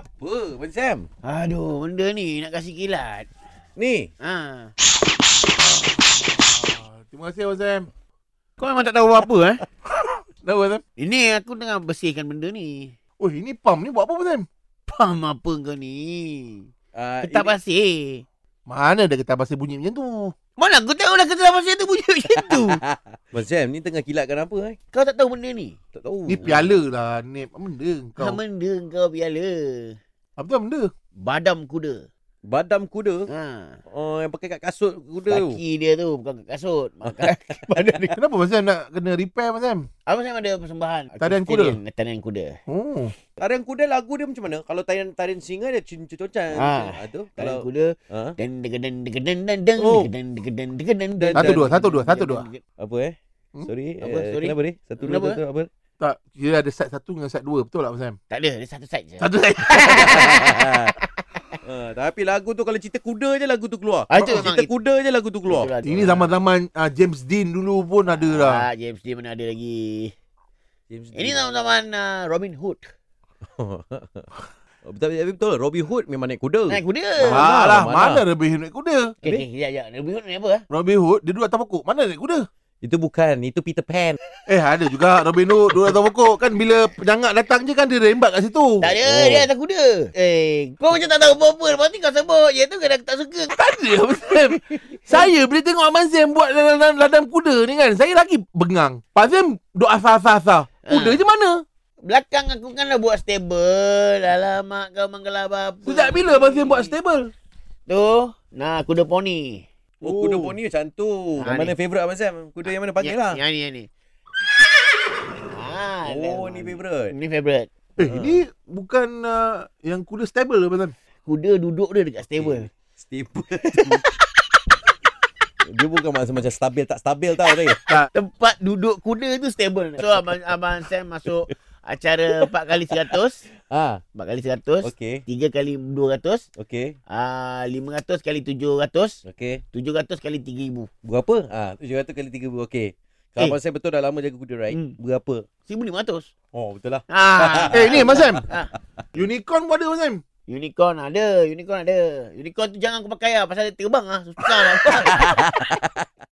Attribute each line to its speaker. Speaker 1: Abang Sam.
Speaker 2: Aduh, benda ni nak kasih kilat.
Speaker 1: Ni.
Speaker 2: Ha.
Speaker 3: Ah, Terima kasih Abang Sam.
Speaker 2: Kau memang tak tahu apa eh.
Speaker 3: Kenapa Abang Sam?
Speaker 2: Ini aku tengah bersihkan benda ni.
Speaker 3: Oh, ini pam ni buat apa Abang Sam?
Speaker 2: Pam apa kau ni?
Speaker 1: Uh,
Speaker 2: Ketak pasir.
Speaker 3: Mana ada kertas pasir bunyi macam tu? Ah.
Speaker 2: Mana aku tahu lah ketak pasir tu bunyi macam tu.
Speaker 1: Abang Sam ni tengah kilatkan apa eh?
Speaker 2: Kau tak tahu benda ni?
Speaker 1: Tak tahu.
Speaker 3: Ni piala lah, Nip. Apa benda kau?
Speaker 2: Kau. Ha, benda kau piala.
Speaker 3: Apa tu benda?
Speaker 2: Badam kuda.
Speaker 1: Badam kuda.
Speaker 2: Ha.
Speaker 1: Oh, yang pakai kat kasut kuda tu.
Speaker 2: Kaki dia tu bukan kat kasut. Maka,
Speaker 3: Kenapa Abang Sam nak kena repair Abang Sam?
Speaker 2: Abang Sam ada persembahan.
Speaker 3: Tarian
Speaker 2: Vegetarian, Tarian kuda.
Speaker 3: Oh.
Speaker 1: Tarian kuda lagu dia macam mana? Kalau tarian tarian singa dia cun-cun-cun. Ah,
Speaker 2: Ah.
Speaker 1: tu. Kalau
Speaker 2: Tarian kuda.
Speaker 1: ha?
Speaker 2: Dan degeden degeden dan deng
Speaker 1: Oh.
Speaker 2: degeden degeden degeden deng.
Speaker 3: Satu dua, satu dua, satu dua.
Speaker 1: apa eh?
Speaker 3: Hmm?
Speaker 1: Sorry.
Speaker 2: Apa?
Speaker 1: eh,
Speaker 2: Sorry.
Speaker 1: Kenapa ni? Satu dua
Speaker 2: Kenapa?
Speaker 1: satu apa?
Speaker 3: Tak, dia ada set satu dengan set dua. Betul tak Abang Sam?
Speaker 2: Tak ada, ada satu side je.
Speaker 3: Satu set.
Speaker 1: Ah, tapi lagu tu kalau cerita kuda je lagu tu keluar.
Speaker 2: Ah, itu memang
Speaker 1: Cerita kuda je lagu tu keluar.
Speaker 3: Ini zaman-zaman ah, James Dean dulu pun ada lah.
Speaker 2: Ah, James Dean mana ada lagi. Ini zaman-zaman ah, Robin Hood.
Speaker 1: Tapi tapi Oh, betul Robin Hood memang naik kuda.
Speaker 2: Naik kuda.
Speaker 1: Ah.
Speaker 3: Mana lah,
Speaker 1: mana?
Speaker 3: mana Robin Hood naik kuda?
Speaker 2: Okey, okey, ya ya. Robin Hood ni apa? ah?
Speaker 3: Robin Hood, dia duduk atas pokok. Mana naik kuda?
Speaker 1: Itu bukan, itu Peter Pan.
Speaker 3: Eh, ada juga Robin Hood duduk atas pokok. Kan bila penyangak datang je kan dia rembat kat situ.
Speaker 2: Tak ada, dia atas kuda. Eh, kau macam tak tahu apa-apa. Lepas ni kau sebut je tu kadang aku tak suka.
Speaker 3: Tak ada Abang Sam. Saya bila tengok Abang Sam buat ladang, ladang kuda ni kan, saya lagi bengang. Abang Sam duk asal-asal.
Speaker 2: Ah.
Speaker 3: Kuda je mana?
Speaker 2: Belakang aku kan dah buat stable. Alamak kau menggelabah apa.
Speaker 3: Sejak bila Abang Sam buat stable?
Speaker 2: Tu, nah kuda poni.
Speaker 1: Oh,
Speaker 3: Oh.
Speaker 1: kuda poni macam tu.
Speaker 2: Ah,
Speaker 1: Yang mana favourite Abang Sam? Kuda yang mana panggil lah.
Speaker 2: Yang ni,
Speaker 3: Oh,
Speaker 2: yang ni. Ah,
Speaker 1: Oh,
Speaker 2: dah-
Speaker 1: ni favourite.
Speaker 2: Ni favorite.
Speaker 3: Eh, ini bukan uh, yang kuda stable Abang Sam.
Speaker 2: Kuda duduk dia dekat stable.
Speaker 3: Hmm.
Speaker 1: Staple tu. Dia bukan masa macam stabil tak stabil tau tadi.
Speaker 2: Tempat duduk kuda tu stable. So abang abang Sam masuk acara 4 kali 100, 4
Speaker 1: Ha,
Speaker 2: kali 100,
Speaker 1: okey.
Speaker 2: 3 kali 200,
Speaker 1: Okey.
Speaker 2: ah 500 kali 700,
Speaker 1: Okey.
Speaker 2: 700 kali 3000.
Speaker 1: Berapa? Ah, ha, 700 kali 3000. Okey. Kalau
Speaker 2: Eh.
Speaker 1: Abang Sam betul dah lama jaga kuda right?
Speaker 2: Hmm.
Speaker 1: Berapa?
Speaker 2: 1500.
Speaker 1: Oh, betul lah.
Speaker 2: Ah.
Speaker 3: Eh, ni Abang Sam.
Speaker 2: Ah.
Speaker 3: Unicorn pun ada Abang Sam.
Speaker 2: Unicorn lah. ada, unicorn ada. Unicorn tu jangan kau pakai lah pasal dia terbang ah. Susah lah.